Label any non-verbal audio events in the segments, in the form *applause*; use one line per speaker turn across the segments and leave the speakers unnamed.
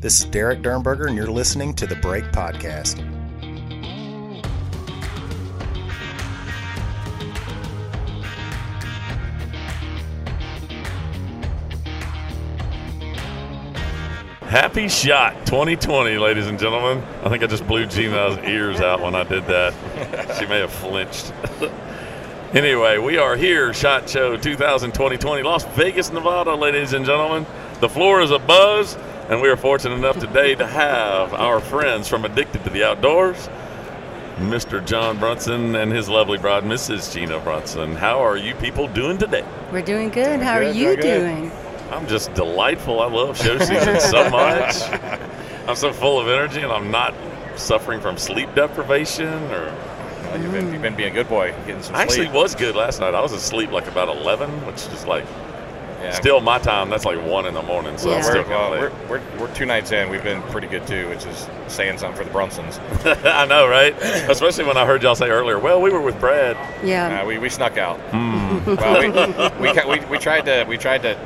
This is Derek Dernberger, and you're listening to the Break Podcast.
Happy Shot 2020, ladies and gentlemen. I think I just blew Gina's ears out when I did that. She may have flinched. *laughs* anyway, we are here, Shot Show 2020, Las Vegas, Nevada, ladies and gentlemen. The floor is abuzz, and we are fortunate enough today to have our friends from Addicted to the Outdoors, Mr. John Brunson and his lovely bride, Mrs. Gina Brunson. How are you people doing today?
We're doing good. How
good,
are you
doing good.
doing?
I'm just delightful. I love show season so much. I'm so full of energy, and I'm not suffering from sleep deprivation. Or
Well, you've, been, you've been being a good boy, getting some
I actually
sleep.
was good last night. I was asleep like about 11, which is like
Yeah.
still my time. That's like one in the morning, so I'm
Yeah.
still
We're,
kind
well,
of
we're,
late.
we're, we're two nights in. We've been pretty good too, which is saying something for the Brunsons.
*laughs* I know, right? Especially when I heard y'all say earlier, "Well, we were with Brad."
Yeah.
Uh, we, we snuck out.
Hmm.
*laughs* Well, we, we, ca- we, we tried to we tried to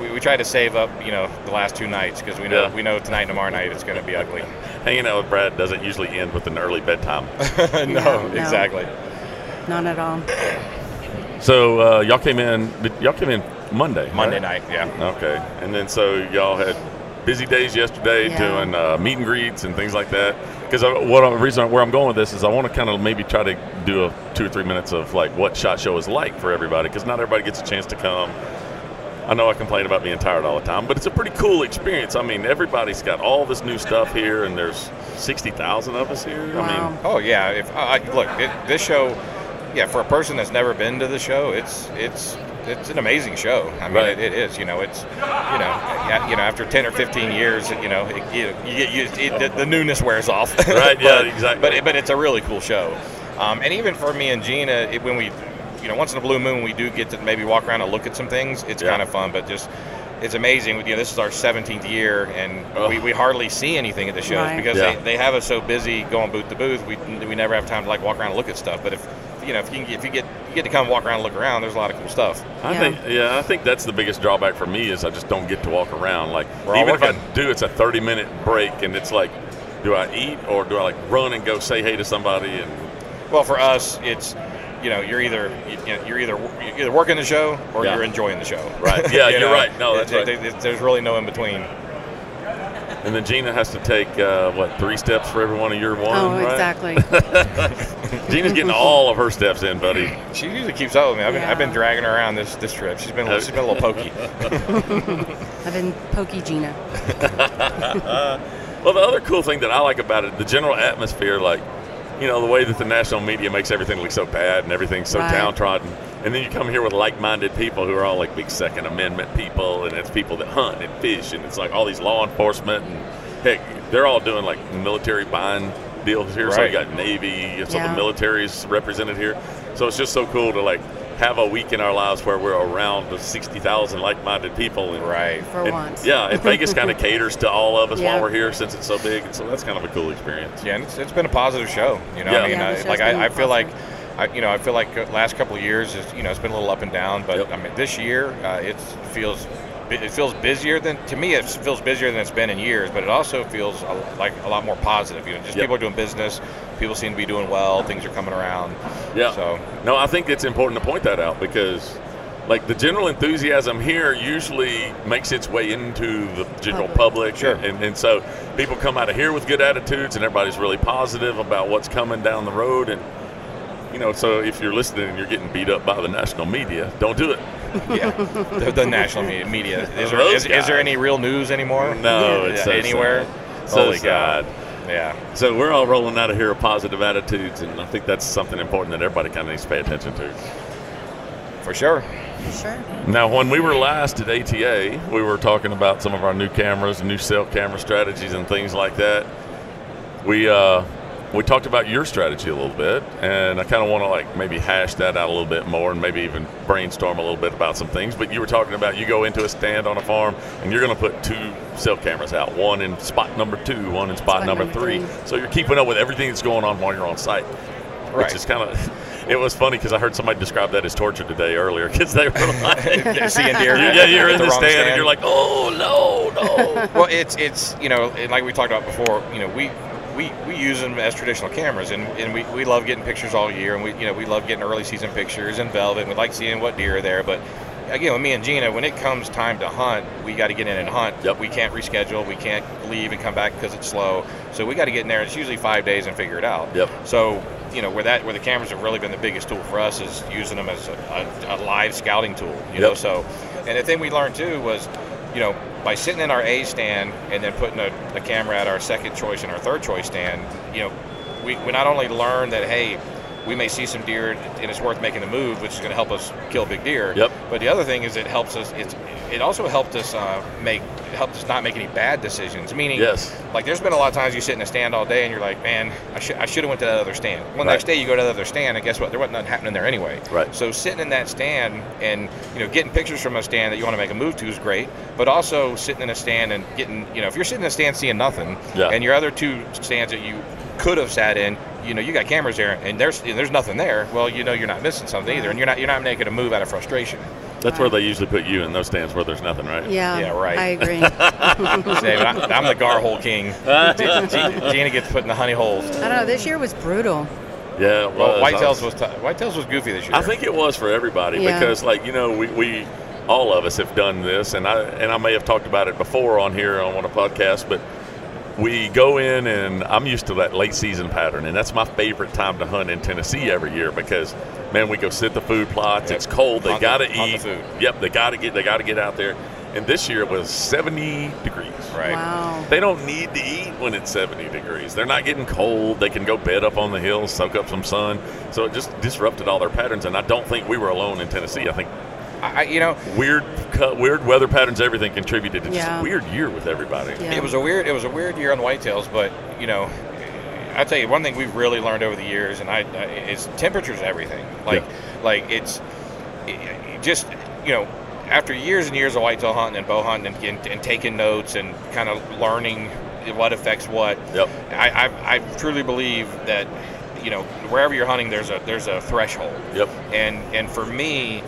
we, we tried to save up you know the last two nights because we know
Yeah.
we know tonight and tomorrow night it's going to
*laughs*
be ugly.
Hanging out with Brad doesn't usually end with an early bedtime.
no,
No, no.
exactly.
Not at all.
so uh, y'all came in. but Y'all came in Monday. right?
Monday night, yeah.
Okay, and then so y'all had busy days yesterday
Yeah.
doing uh, meet and greets and things like that. Because what I- the reason where I'm going with this is I want to kind of maybe try to do a two or three minutes of like what shot show is like for everybody because not everybody gets a chance to come. I know I complain about being tired all the time, but it's a pretty cool experience. I mean, everybody's got all this new stuff here, and there's sixty thousand of us here. I
Wow.
mean,
Oh yeah. If I I- look, it, this show, yeah, for a person that's never been to the show, it's it's it's an amazing show. I mean,
Right.
it, it is. You know, it's you know, yeah, you know, after ten or fifteen years, you know, it, you, you get used. It, the, the newness wears off.
Right, yeah,
*laughs* But-
exactly.
But it, but it's a really cool show, um, and even for me and Gina, it, when we, you know, once in a blue moon, we do get to maybe walk around and look at some things. It's
Yeah.
kind of fun, but just. It's amazing. You know, this is our 17th year, and we,
Ugh.
we hardly see anything at the shows
Right.
because
Yeah.
they, they have us so busy going booth to booth, we, we never have time to like walk around and look at stuff. But if you know, if you can get, if you get you get to come walk around and look around, there's a lot of cool stuff.
I
Yeah.
think yeah, I think that's the biggest drawback for me is I just don't get to walk around. Like
We're all
even if I
working.
do, it's a thirty minute break, and it's like, do I eat or do I like run and go say hey to somebody? And
Well, for us, it's you know, you're either you know, you're either you're either working the show or
Yeah.
you're enjoying the show. *laughs*
Right. Yeah, you're right. No, that's
There-
right.
there- there's really no in between.
and then Gina has to take uh, what three steps for every one of your one.
Oh,
right?
exactly.
*laughs*
Gina's
*laughs*
getting all of her steps in, buddy.
She usually keeps up with me. I've been, I've been
Yeah.
dragging her around this this trip. She's been a little- she's been a little
*laughs*
pokey.
I've been pokey Gina.
Well, the other cool thing that I like about it, the general atmosphere, like, you know, the way that the national media makes everything look so bad and everything's so
Right.
downtrodden. And then you come here with like minded people who are all like big Second Amendment people, and it's people that hunt and fish, and it's like all these law enforcement, and heck, they're all doing like military buying deals here. So you
Right.
got Navy, so the
Yeah.
military's represented here. So it's just so cool to like have a week in our lives where we're around 60,000 like minded people. And
right.
For
and-
once.
Yeah, and Vegas
*laughs*
kind of caters to all of us while
Yeah.
we're here since it's so big, and so that's kind of a cool experience.
Yeah, and it's, it's been a positive show. You know,
Yeah.
I mean,
Yeah,
I-
the show's
like I, I
been
feel like,
positive.
I, you know, I feel like uh, last couple of years, is, you know, it's been a little up and down. But
Yep.
I mean, this year, uh, it feels bu- it feels busier than to me. It feels busier than it's been in years. But it also feels a, like a lot more positive. You know, just
Yep.
people are doing business. People seem to be doing well. Things are coming around.
Yeah.
So
No, I think it's important to point that out because, like, the general enthusiasm here usually makes its way into the general public.
Public.
Sure.
And, and so people come out of here with good attitudes, and everybody's really positive about what's coming down the road. And, you know, so if you're listening and you're getting beat up by the national media, don't
*laughs*
do it. *laughs*
yeah, the, the national media. media. Is, there,
Those
is, is there
guys.
any real news anymore?
No,
Yeah,
it's so
anywhere.
sad. So
Holy
sad.
cow. Yeah.
So we're all rolling out of here with positive attitudes, and I think that's something important that everybody kind of needs to pay attention to. *laughs*
For sure. *laughs*
Sure.
Now, when we were last at ATA, we were talking about some of our new cameras, new cell camera strategies, and things like that. We uh, we talked about your strategy a little bit, and I kind of want to like maybe hash that out a little bit more, and maybe even brainstorm a little bit about some things. But you were talking about you go into a stand on a farm, and you're going to put two cell cameras out, one in spot number two, one in spot, number, three. So you're keeping up with everything that's going on while you're on site,
Right.
which is kind of *laughs* It was funny because I heard somebody describe that as torture today earlier because they were like,
Seeing deer.
yeah, you're
at
in the,
wrong
stand, and you're like, oh no, no.
well, it's it's you know, and like we talked about before, you know, we we, we use them as traditional cameras, and, and we, we love getting pictures all year, and we you know we love getting early season pictures and velvet. And we like seeing what deer are there, but again, with me and Gina, when it comes time to hunt, we got to get in and hunt.
Yep.
We can't reschedule, we can't leave and come back because it's slow. So we got to get in there. It's usually five days and figure it out.
Yep.
So you know where that where the cameras have really been the biggest tool for us is using them as a, a, a live scouting tool. You know,
Yep.
so and the thing we learned too was, you know, by sitting in our A stand and then putting a, a camera at our second choice and our third choice stand, you know, we, we not only learned that hey. We may see some deer, and it's worth making the move, which is going to help us kill big deer.
Yep.
But the other thing is, it helps us. It's, it also helped us uh, make it helped us not make any bad decisions. Meaning,
Yes.
like there's been a lot of times you sit in a stand all day and you're like, man, I, should I should have went to that other stand. Well,
Right.
next day you go to the other stand and guess what? There wasn't nothing happening there anyway.
Right.
So sitting in that stand and you know getting pictures from a stand that you want to make a move to is great, but also sitting in a stand and getting you know if you're sitting in a stand seeing nothing,
Yeah.
and your other two stands that you could have sat in, you know you got cameras there and there's and there's nothing there. Well, you know you're not missing something either, and you're not you're not making a move out of frustration.
That's where they usually put you in those stands where there's nothing, right?
Yeah.
Yeah, right.
I
*laughs*
agree.
Say, but I, I'm the gar hole king. Gina Gina gets put in the honey holes.
I don't know. This year was brutal.
Yeah. It
Well,
was. I
Whitetails
was-
was t- Whitetails was goofy this year.
I think it was for everybody
Yeah.
because, like, you know, we, we all of us have done this, and I and I may have talked about it before on here on one of the podcasts, but we go in and I'm used to that late season pattern, and that's my favorite time to hunt in Tennessee every year because, man, we go sit the food plots.
Yep.
It's cold. They
Hunt the-
got to
hunt the
eat.
food.
Yep, they got to get. They got to get out there. And this year it was 70 degrees.
right.
Wow.
They don't need to eat when it's 70 degrees. They're not getting cold. They can go bed up on the hill, soak up some sun. So it just disrupted all their patterns. And I don't think we were alone in Tennessee. I think
I, I- you know,
weird, cu- weird weather patterns, everything contributed to just
Yeah.
a weird year with everybody.
Yeah.
it was a weird it was a weird year on whitetails, but you know, I tell you one thing we've really learned over the years, and I, I is temperatures everything. Like like it's it- it just you know after years and years of whitetail hunting and bow hunting and, and, and taking notes and kind of learning what affects what.
Yep.
I, I, I truly believe that you know wherever you're hunting there's a there's a threshold
Yep.
and and for me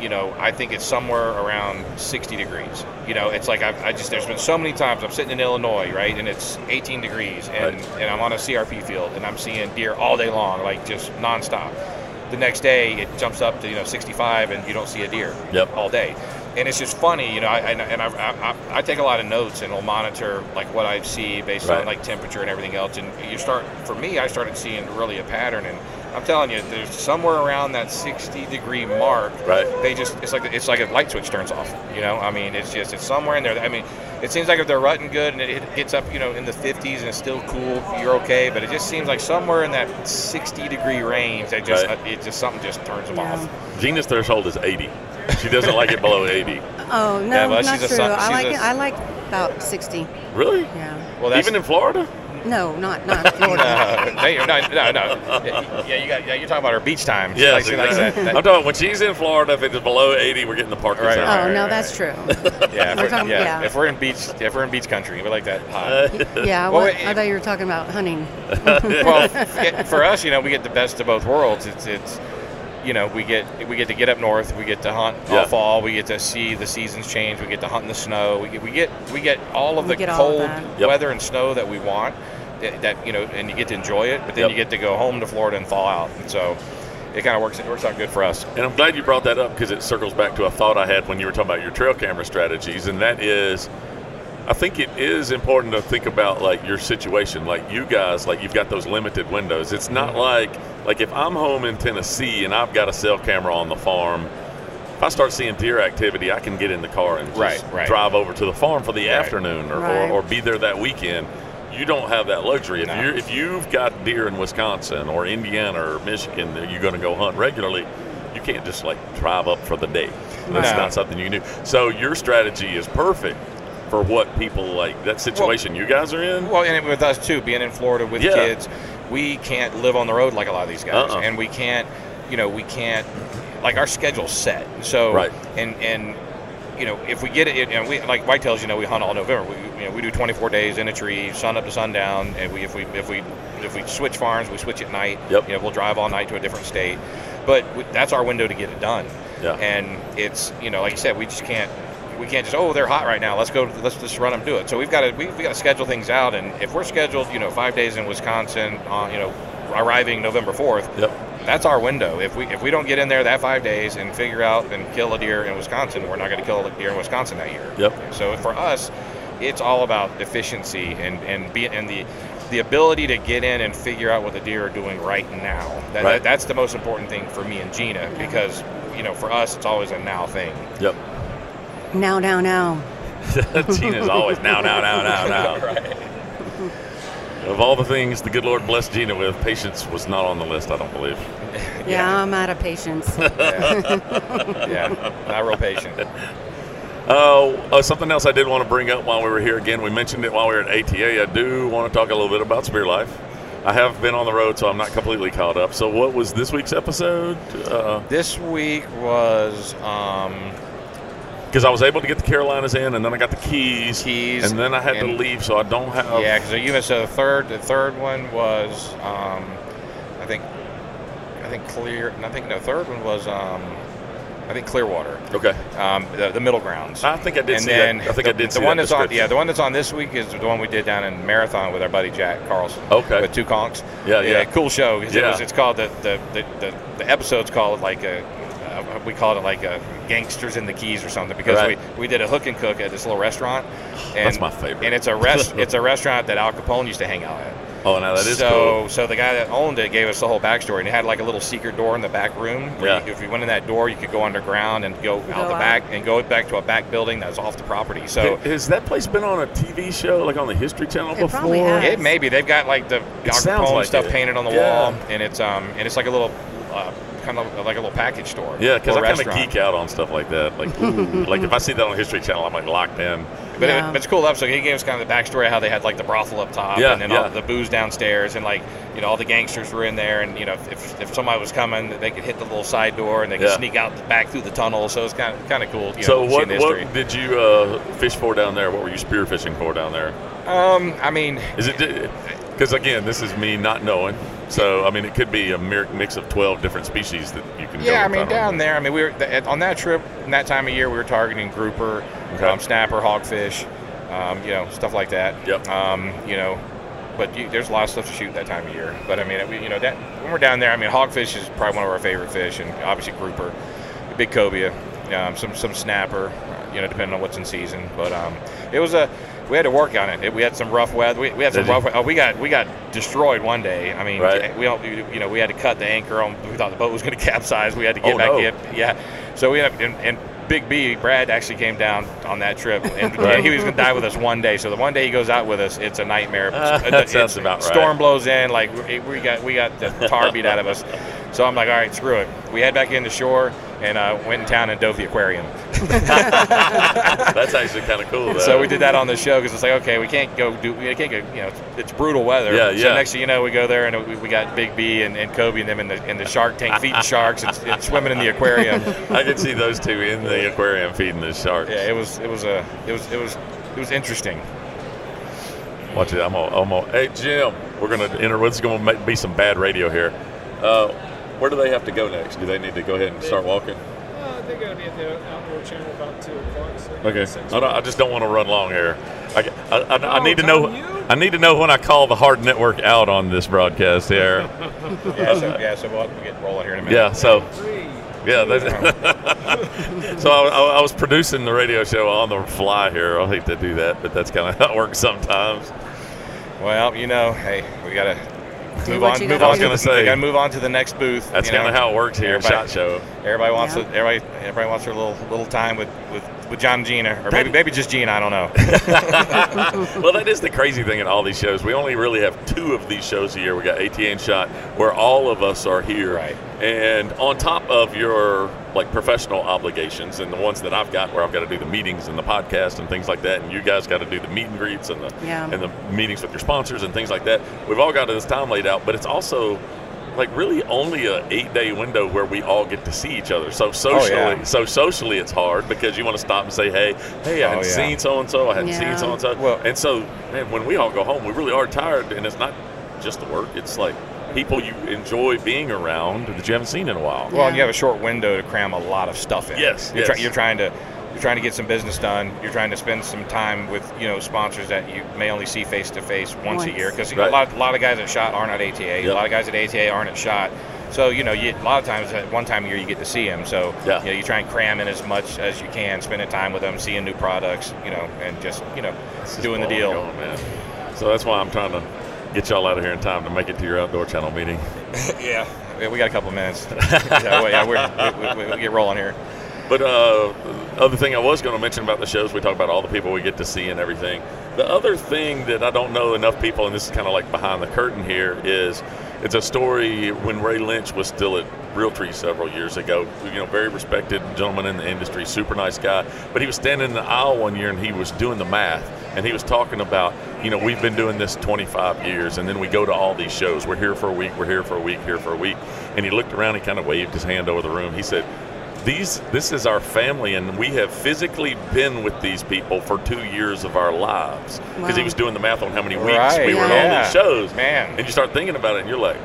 you know i think it's somewhere around 60 degrees you know it's like I've, i just there's been so many times i'm sitting in illinois right and it's 18 degrees and,
Right.
and i'm on a crp field and i'm seeing deer all day long like just nonstop the next day it jumps up to you know 65 and you don't see a deer
Yep.
all day and it's just funny you know i and, and I, I, I- I take a lot of notes and will monitor like what i see based
Right.
on like temperature and everything else and you start for me i started seeing really a pattern and i'm telling you there's somewhere around that 60 degree mark
Right.
they just it's like it's like a light switch turns off you know i mean it's just it's somewhere in there i mean it seems like if they're rutting good and it, it gets up you know in the 50s and it's still cool you're okay but it just seems like somewhere in that 60 degree range they just
Right.
it just something just turns them
Yeah.
off
Gina's threshold is 80. She doesn't like it below 80.
Oh no,
Yeah, well,
not
she's a
true.
sun-
I
she's
like
a-
it. I like about sixty.
Really?
Yeah.
well that's
Even in Florida?
No, not not in Florida.
*laughs* no, they- no, no, no. Yeah, you got, yeah, you're talking about her beach time. She
Yes,
likes- she likes
exactly.
that-
I'm
that-
talking about when she's in Florida, if it's below 80, we're getting the parking
Right,
zone.
oh
right.
no, that's true.
*laughs* yeah, if
We're
we're,
talking-
yeah,
yeah. Uh,
if we're in beach, if we're in beach country, we like that hot.
*laughs*
Uh,
yeah. I
Well,
wa-
it-
I thought you were talking about hunting.
well, f- for us, you know, we get the best of both worlds. It's it's you know we get we get to get up north, we get to hunt
Yeah.
all fall, we get to see the seasons change, we get to hunt in the snow, we get we get we get all of
We
the
get all of
cold
that.
Yep.
weather and snow that we want. That, that you know, and you get to enjoy it, but
Yep.
then you get to go home to Florida and thaw out. And so it kind of works. It works out good for us.
And I'm glad you brought that up because it circles back to a thought I had when you were talking about your trail camera strategies, and that is, I think it is important to think about like your situation, like you guys, like you've got those limited windows. It's
Mm-hmm.
not like like if I'm home in Tennessee and I've got a cell camera on the farm, if I start seeing deer activity, I can get in the car and just
Right, right.
drive over to the farm for the
Right.
afternoon or,
Right.
or, or be there that weekend. You don't have that luxury. If,
No.
you're, if you've got deer in Wisconsin or Indiana or Michigan that you're going to go hunt regularly, you can't just like drive up for the day. That's
No.
not something you can do. So your strategy is perfect for what people like that situation you guys are in.
Well, and with us too, being in Florida with
Yeah.
kids, we can't live on the road like a lot of these guys,
Uh-uh.
and we can't, you know, we can't. Like our schedule's set, so
Right.
and and you know, if we get it, and we like whitetails, you know, we hunt all November. We, you know, we do 24 days in a tree, sun up to sundown, and we if we if we if we switch farms, we switch at night.
Yep.
You know, we'll drive all night to a different state, but we, that's our window to get it done.
Yeah.
And it's you know, like you said, we just can't we can't just oh they're hot right now. Let's go. Let's just run them. Do it. So we've got to we have got to schedule things out, and if we're scheduled, you know, five days in Wisconsin, on you know, arriving November 4th.
Yep.
That's our window. If we if we don't get in there that five days and figure out and kill a deer in Wisconsin, we're not going to kill a deer in Wisconsin that year.
Yep.
So for us, it's all about efficiency and and be and the the ability to get in and figure out what the deer are doing right now. That,
Right.
that's the most important thing for me and Gina because you know for us it's always a now
*laughs*
thing.
Yep.
Now, now, now.
Gina's always now, now, now, now, now.
*laughs*
Of all the things the good Lord blessed Gina with, patience was not on the list, I don't believe.
Yeah, I'm out of patience.
Yeah. yeah. Not real patient.
*laughs* Oh, uh, something else I did want to bring up while we were here again. We mentioned it while we were at ATA. I do want to talk a little bit about Spear Life. I have been on the road, so I'm not completely caught up. So, what was this week's episode? Uh, Because
This week was um,
I was able to get the Carolinas in, and then I got the keys,
Keys,
and then I had to
and-
leave, so I don't have.
Yeah, because you missed so the uh, third. The third one was, um, I think, I think clear. I think no. Third one was, um, I think Clearwater.
Okay.
Um, the, the middle grounds.
I think I did
and
see
then
that. I think
the,
I did
the
see
one
that
that's on. Yeah,
description.
the one that's on this week is the one we did down in Marathon with our buddy Jack Carlson.
Okay.
With two conks.
Yeah, yeah.
Cool show. 'cause It
Yeah.
was, it's called the the, the the the episode's called like a. uh, We called it like a gangsters in the keys or something because
Right.
we, we did a hook and cook at this little restaurant. And,
That's my favorite.
And it's
*laughs*
a rest it's a restaurant that Al Capone used to hang out at.
Oh, now that is
so,
cool.
So the guy that owned it gave us the whole backstory, and it had like a little secret door in the back room. where
Yeah.
you- if you went in that door, you could go underground and go out
Go
the
out.
back and go back to a back building that's off the property. So
H- Has that place been on a TV show, like on the History Channel
It
before?
probably has.
it may be they've got like the Al
sounds
Capone
like
stuff
it.
painted on the
Yeah.
wall, and it's um and it's like a little uh, kind of like a little package store.
Yeah, because
or
I kind of
restaurant.
geek out on stuff like that. Like, ooh, like if I see that on History Channel, I'm like locked in.
But
Yeah.
it, but it's cool up. So he gave us kind of the backstory of how they had like the brothel up top,
Yeah,
and then
yeah.
all the booze downstairs, and like you know all the gangsters were in there, and you know if, if somebody was coming, they could hit the little side door and they could
Yeah.
sneak out the back through the tunnel. So it's kind of kind of cool. You
so
know,
what,
seeing the history.
what did you uh, fish for down there? What were you spearfishing for down there?
Um, I mean,
Is it because again, this is me not knowing. So I mean, it could be a mir- mix of twelve different species that you can.
yeah, I
go with.
mean down there. I mean, we were th- on that trip, and that time of year, we were targeting grouper,
Okay.
um, snapper, hogfish, um, you know, stuff like that.
Yep.
Um, you know, but you, there's a lot of stuff to shoot that time of year. But I mean, we, you know, that when we're down there, I mean, hogfish is probably one of our favorite fish, and obviously grouper, big cobia, um, some some snapper, you know, depending on what's in season. But um, it was a we had to work on it. It- We had some rough weather. We, we had some
Did you?
rough. Oh, we got we got destroyed one day. I mean,
Right.
we all, you know we had to cut the anchor on. We thought the boat was going to *laughs* capsize. We had to get
Oh,
back
no.
in. Yeah. So we ended up, and, and Big B, Brad actually came down on that
*laughs*
trip, and,
Right.
and he was going to die with us one day. So the one day he goes out with us, it's a nightmare.
Uh, *laughs*
It's-
that sounds
it's-
about right.
Storm blows in, like we, we got we got the tar beat out
*laughs*
of us. So I'm like, all right, screw it. We head back in the shore and uh, went in town and dove the aquarium.
that's actually kind of cool.
*laughs*
Though.
So we did that on the show because it's like, okay, we can't go do, we can't go, you know, it's, it's brutal weather.
Yeah, yeah.
So next thing you know, we go there and we, we got Big B and, and Kobe and them in the in the shark
*laughs*
tank feeding sharks and, and swimming in the aquarium. *laughs*
I could see those two in the aquarium feeding the sharks.
Yeah, it was it was a it was it was it was interesting.
Watch it. I'm on. I'm on. Hey Jim, we're gonna enter. This is gonna ma- be some bad radio here. Uh, where do they have to go next? Do they need to go ahead and start walking?
Uh, I think I'd be at the outdoor channel about two o'clock. So
Okay.
six
I, don't, I just don't want to run long here. I, I, I- I
Oh,
No,
need to
it's
know.
on you.
I need to know when I call the hard network out on this broadcast
*laughs*
here.
Yeah,
*laughs*
so yeah, so we'll, we'll get rolling here in a minute.
yeah. So
three.
yeah. That's, *laughs* so I, I, I was producing the radio show on the fly here. I hate to do that, but that's kind of how it works sometimes.
Well, you know, hey, we gotta
Do
move
what
on.
you
Move
gotta
on.
do.
to
I was
the-
gonna say.
we gotta move on to the next booth.
That's
you know.
kind of how it works here.
Everybody-
Shot show.
Everybody wants
Yeah.
to, everybody everybody wants their little little time with with, with John and Gina or maybe maybe just Gina. I don't know.
well, that is the crazy thing in all these shows. We only really have two of these shows a year. We got ATN Shot, where all of us are here,
Right.
and on top of your like professional obligations and the ones that I've got, where I've got to do the meetings and the podcast and things like that, and you guys got to do the meet and greets and the
Yeah.
and the meetings with your sponsors and things like that. We've all got this time laid out, but it's also like really only a eight day window where we all get to see each other. So socially,
Oh, yeah.
so socially, it's hard because you want to stop and say, hey, hey, I
Oh,
hadn't
yeah.
seen so and so, I hadn't
Yeah.
seen so and so.
Well-
and so man, when we all go home, we really are tired, and it's not just the work; it's like people you enjoy being around that you haven't seen in a while.
Well,
Yeah.
you have a short window to cram a lot of stuff in.
Yes,
you're, try-
yes.
you're trying to you're trying to get some business done. You're trying to spend some time with you know sponsors that you may only see face to face once a
Once.
year because
Right.
a lot a lot of guys at shot aren't at ATA.
Yep.
A lot of guys at ATA aren't at shot. So you know, you, a lot of times at one time a year you get to see them. So
Yeah.
you, know, you try and cram in as much as you can, spending time with them, seeing new products, you know, and just you know,
It's just
doing the
all
deal.
going, man. So that's why I'm trying to get y'all out of here in time to make it to your outdoor channel meeting.
*laughs* Yeah. we got a
*laughs*
couple minutes. yeah, we- yeah, we're, we, we, we get rolling here.
But uh, other thing I was going to mention about the shows, we talk about all the people we get to see and everything. The other thing that I don't know enough people, and this is kind of like behind the curtain here, is it's a story when Ray Lynch was still at Realtree several years ago. You know, very respected gentleman in the industry, super nice guy. But he was standing in the aisle one year and he was doing the math, and he was talking about, you know, we've been doing this 25 years, and then we go to all these shows. We're here for a week. We're here for a week. Here for a week. And he looked around. He kind of waved his hand over the room. He said these this is our family and we have physically been with these people for two years of our lives because he
Wow.
was doing the math on how many weeks
Right,
we were at all
yeah.
these shows
Man.
and you start thinking about it and you're like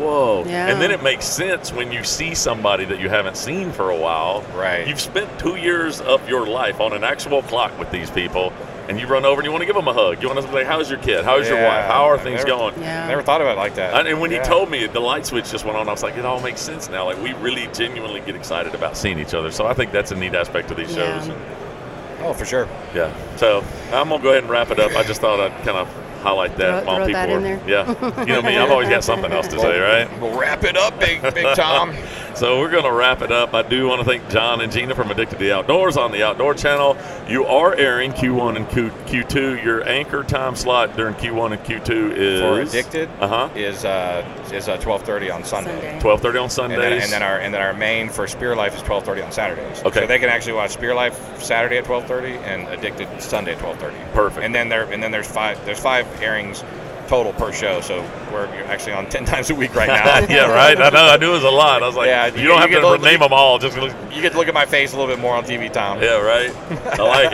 whoa
Yeah.
and then it makes sense when you see somebody that you haven't seen for a while
Right.
you've spent two years of your life on an actual clock with these people and you run over and you want to give them a hug you want to say how's your kid how's your
Yeah.
wife how are things
Never-
going
Yeah.
Never thought about it like that.
and, and when
Yeah.
he told me it, the light switch just went on, I was like, it all makes sense now. Like we really genuinely get excited about seeing each other. So I think that's a neat aspect of these
Yeah.
shows.
Oh, for sure.
Yeah. So I'm gonna go ahead and wrap it up. I just thought I'd kind of highlight that
Throw-
while
throw
people
that in
are-
there.
Yeah. You know me, I've always got something else to say, right?
We'll wrap it up, big
*laughs*
big Tom.
So we're going to wrap it up. I do want to thank John and Gina from Addicted to the Outdoors on the Outdoor Channel. You are airing Q1 and Q- Q2. Your anchor time slot during Q1 and Q2 is
For addicted
Uh-huh.
is uh is uh, twelve thirty on Sunday.
Sunday.
12:30 on Sundays.
And then, and then our and then our main for Spear Life is twelve thirty on Saturdays.
Okay.
So they can actually watch Spear Life Saturday at twelve thirty and Addicted Sunday at twelve thirty.
Perfect.
And then there and then there's five there's five airings total per show. So we're you're actually on *laughs* ten times a week right now.
*laughs* yeah, right. I know. I knew it was a lot. I was like,
Yeah,
you,
you-
don't
you
have
get
to
those-
name them all. Just look.
You get to look at my face a little bit more on TV, Tom.
yeah, right. I like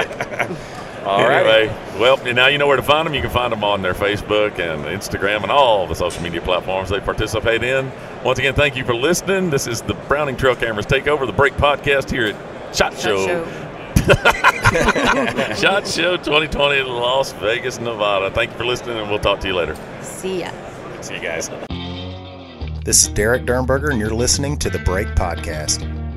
it.
*laughs* All right.
anyway, well, now you know where to find them. You can find them on their Facebook and Instagram and all the social media platforms they participate in. Once again, thank you for listening. This is the Browning Trail Cameras Takeover, the Break Podcast here at Shot Show.
show.
Shot Show 2020 in Las Vegas, Nevada. Thank you for listening, and we'll talk to you later.
See ya.
See you guys.
This is Derek Dernberger, and you're listening to the Break Podcast.